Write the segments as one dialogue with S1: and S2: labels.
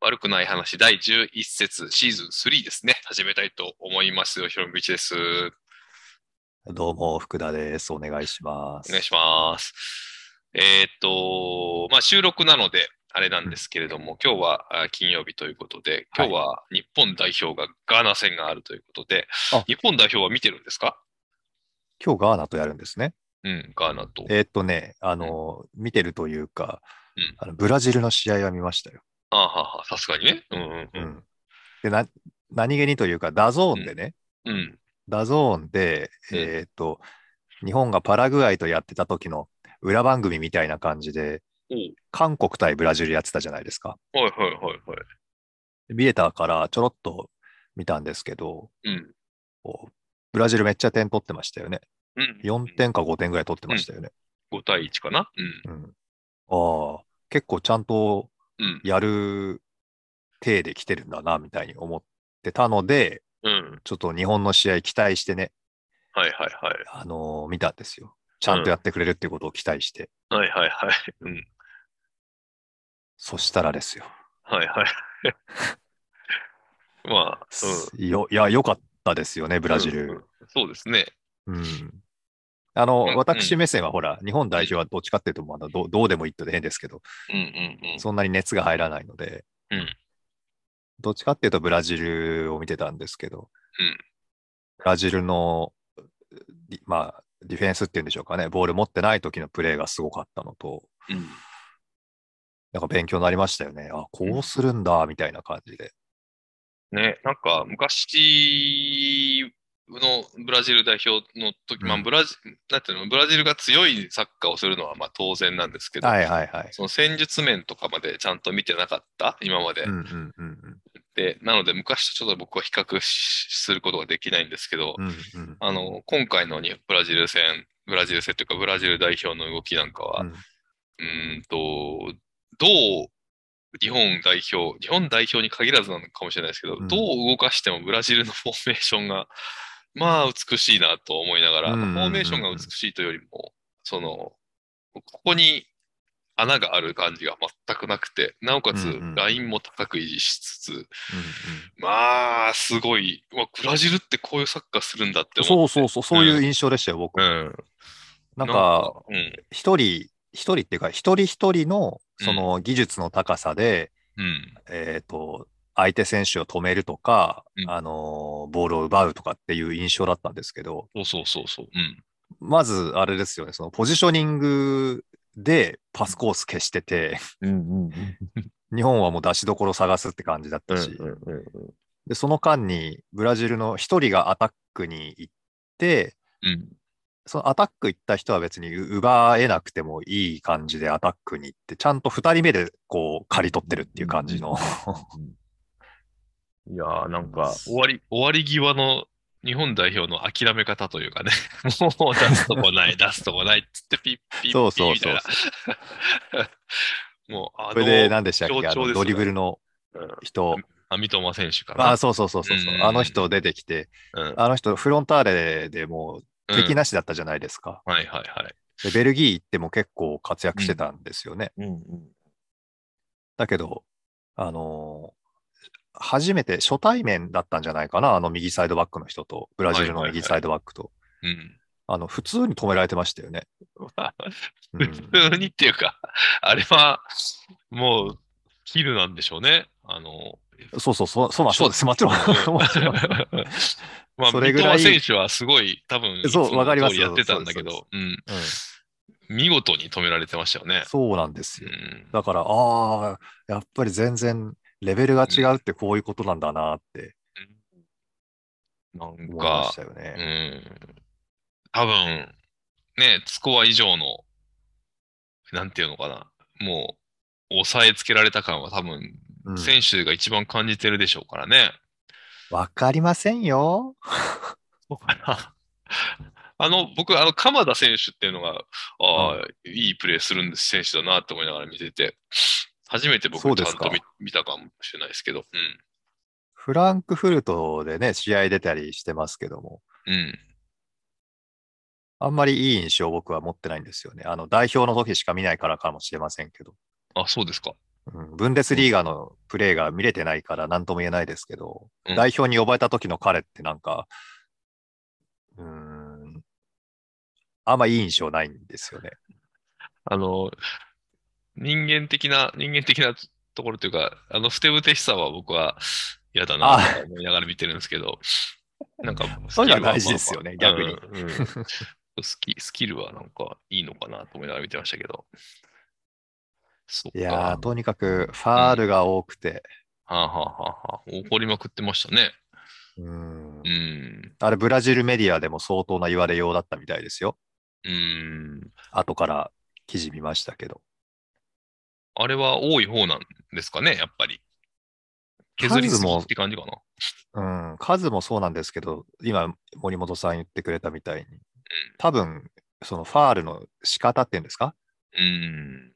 S1: 悪くない話第11節シーズン3ですね。始めたいと思いますよ。ひろみちです。
S2: どうも、福田です。お願いしま
S1: お
S2: す。
S1: 願いします。えーっと、まあ、収録なので、あれなんですけれども、今日はあ金曜日ということで、今日は日本代表がガーナ戦があるということで、
S2: あ
S1: 日本代表は見てるんですか
S2: 今日ガーナとやるんですね。
S1: うん、ガーナと。
S2: えーっとね、あの、見てるというか、
S1: うん
S2: あの、ブラジルの試合は見ましたよ。
S1: ああはは、さすがにね。うんうん
S2: う
S1: うん。
S2: ん。で、な、何気にというか、ダゾーンでね、
S1: うん。
S2: ダゾーンで、
S1: うん
S2: えーっと、日本がパラグアイとやってた時の裏番組みたいな感じで、韓国対ブラジルやってたじゃないですか。
S1: おはいはいはいはい。
S2: 見れたからちょろっと見たんですけど、
S1: うん。
S2: こうブラジルめっちゃ点取ってましたよね。
S1: うん、
S2: 4点か5点ぐらい取ってましたよね。
S1: 5対1かなうん。
S2: うん、ああ、結構ちゃんと
S1: うん。
S2: やる体で来てるんだな、みたいに思ってたので、
S1: うん。
S2: ちょっと日本の試合期待してね、
S1: はいはいはい。
S2: あのー見たんですよ。ちゃんとやってくれるっていうことを期待して。
S1: はいはいはい。うん。
S2: そしたらですよ。
S1: はいはい。 まあ、うん。
S2: よいや、良かったですよね、ブラジ
S1: うんう
S2: ル
S1: ん。そうですね。
S2: うんあの、
S1: うん
S2: 私目線はほら、日本代表はどっちかっていうと、まだどうどうでもいいって変ですけど、
S1: うんうんうん。
S2: そんなに熱が入らないので、
S1: うん
S2: どっちかっていうとブラジルを見てたんですけど、
S1: うん
S2: ブラジルの、りまあ、ディフェンスっていうんでしょうかね、ボール持ってない時のプレーがすごかったのと、
S1: うん
S2: なんか勉強になりましたよね。あ、こうするんだ、みたいな感じで。
S1: ね、なんか昔のブラジル代表の時、まあ
S2: うん
S1: ブラジ、なんていうの、ブラジルが強いサッカーをするのはまあ当然なんですけど、
S2: はいはいはい。
S1: その戦術面とかまでちゃんと見てなかった、今まで。
S2: うんうんうん
S1: で、なので昔とちょっと僕は比較しすることができないんですけど、
S2: うん。うんうん
S1: あの、今回のにブラジル戦、ブラジル戦というか、ブラジル代表の動きなんかは、
S2: う
S1: うんーんと、どう日本代表、日本代表に限らずなのかもしれないですけど、
S2: うん
S1: どう動かしてもブラジルのフォーメーションが、まあ美しいなと思いながら、
S2: うんうんうんうん
S1: フォーメーションが美しいというよりも、その、ここに穴がある感じが全くなくて、なおか
S2: う
S1: つ
S2: んうん
S1: ラインも高く維持しつつ、まあ、すごい、うわブラジルってこういうサッカーするんだって思
S2: そ
S1: って。
S2: うそうそう、そういう印象でしたよ、僕。
S1: うん。
S2: なんか、、
S1: うん、
S2: 一人、一人っていうか、一人一人の、その技術の高さで、
S1: うん、
S2: えっ、と、相手選手を止めるとか、
S1: うん
S2: あのーボールを奪うとかっていう印象だったんですけど、
S1: そうそうそうそう、うん、
S2: まず、あれですよね、そのポジショニングでパスコース消してて、 日本はもう出しどころ探すって感じだったし、で、その間にブラジルの一人がアタックに行って、
S1: うん、
S2: そのアタック行った人は別に奪えなくてもいい感じでアタックに行って、ちゃんと二人目でこう、刈り取ってるっていう感じの。
S1: いやー、なんか、終わり、終わり際の日本代表の諦め方というかね、 もう出すとこ ない、出すとこないっつって、ピッピッピッ
S2: そうそう
S1: みた
S2: そ
S1: いうな。 もう、あ
S2: こ
S1: の、
S2: れで何でしたっ
S1: 強
S2: け、あ
S1: 調ですよね
S2: のドリブルの
S1: うん
S2: 人。
S1: あ三笘選手か
S2: あ
S1: な
S2: あ、。そうそうそうそうそう
S1: うん
S2: あの人出てきて、
S1: うん
S2: あの人フロンターレでもう敵なしだったじゃないですか。
S1: うんはいはいはい。
S2: でベルギー行っても結構活躍してたんですよね。だけど、あのー初めて初対面だったんじゃないかな、あの右サイドバックの人と、ブラジル
S1: は
S2: の
S1: いはいはい
S2: 右サイドバックと。
S1: うん。
S2: あの、普通に止められてましたよね。 う
S1: 普
S2: ん
S1: 通にっていうか、あれは、もう、キルなんでしょうね。あの、
S2: そうそう、そう、そうまあ
S1: そ
S2: そううです。もちろん。も ちろん
S1: まあ、
S2: そ
S1: 三
S2: れぐら
S1: 笘選
S2: い
S1: 手はすごい、多分、
S2: そう
S1: いつも
S2: わかります
S1: 通やってたんだけ
S2: そう
S1: ど、うん、
S2: うん
S1: 見事に止められてましたよね。
S2: そうなんです
S1: う
S2: よ。
S1: ん、
S2: だから、ああ、やっぱり全然レベルが違うってこういうことなんだなって
S1: なん
S2: 思いま
S1: か
S2: し、たよ
S1: う
S2: ね。
S1: ん、多分、ね、スコア以上の、なんていうのかな、もう、抑えつけられた感は多分、
S2: うん
S1: 選手が一番感じてるでしょうからね。
S2: わかりませんよ。
S1: そうかな。あの、僕、あの、鎌田選手っていうのが、ああ、いいプレーする選手だなって思いながら見てて、初めて僕、ち
S2: そ
S1: ゃ
S2: うんですか
S1: と見見たかもしれないですけど、
S2: フランクフルトでね、試合出たりしてますけども、
S1: うん。うん。
S2: あんまりいい印象を僕は持ってないんですよね。あの、代表の時しか見ないからかもしれませんけど。
S1: あ、そうですか。
S2: うん、ブンデスリーガのプレーが見れてないから何とも言えないですけど、
S1: うん
S2: 代表に呼ばれた時の彼ってなんか、うーん、あんまいい印象ないんですよね。
S1: あの、人間的な、人間的なところというか、あの、ふてぶてしさは僕は嫌だな
S2: あ
S1: と思いながら見てるんですけ ど、なんか、
S2: そういうのは大
S1: スキ
S2: 事
S1: ル
S2: ですよね
S1: まあまあ
S2: 逆に
S1: うんうんスキ。スキルはなんかいいのかなと思いながら見てましたけど。そっか。
S2: いや
S1: は
S2: ー、とにかくファールが多くて、
S1: あはあはあはあ怒りまくってましたね。
S2: うん
S1: う、ん。
S2: あれブラジルメディアでも相当な言われようだったみたいですよ。
S1: うん。
S2: 後から記事見ましたけど。
S1: あれは多い方なんですかね、やっぱり。削りすぎって感じかな。
S2: うん、数もそうなんですけど、今、森本さん言ってくれたみたいに、多分、そのファールの仕方っていうんですか
S1: うん。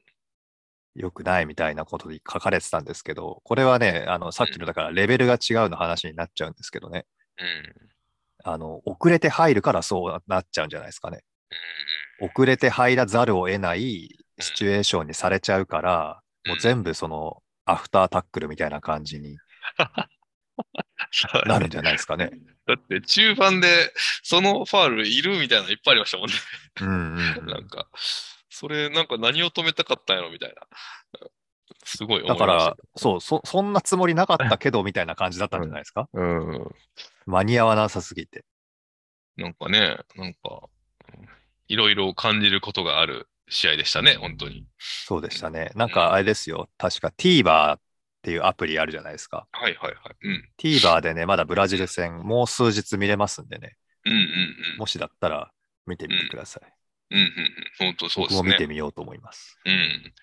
S2: 良くないみたいなことで書かれてたんですけど、これはね、あの、さっきのだからレベルが違うの話になっちゃうんですけどね、
S1: うん。
S2: あの、遅れて入るからそうなっちゃうんじゃないですかね。遅れて入らざるを得ないシチュエーションにされちゃうから、もう全部その、アフタータックルみたいな感じになるんじゃないですかね。
S1: だって中盤でそのファールいるみたいなのいっぱいありましたもんね。
S2: うんうんうん
S1: なんか、それなんか何を止めたかったんやろみたいな。すごい思い
S2: だ
S1: ました
S2: から、そう、そ、そんなつもりなかったけど、みたいな感じだったんじゃないですか、
S1: うん。
S2: 間に合わなさすぎて。
S1: なんかね、なんか、いろいろ感じることがある試合でしたね、本当に。
S2: そうでしたね。なんか、あれですよ。確か TVer っていうアプリあるじゃないですか。
S1: はいはいはい。うん。
S2: TVer でね、まだブラジル戦、もう数日見れますんでね。
S1: うんうん
S2: もしだったら、見てみてください。
S1: うん。うんうんうん。本当そうです
S2: 僕も見
S1: ね
S2: て。みようと思います。
S1: うん。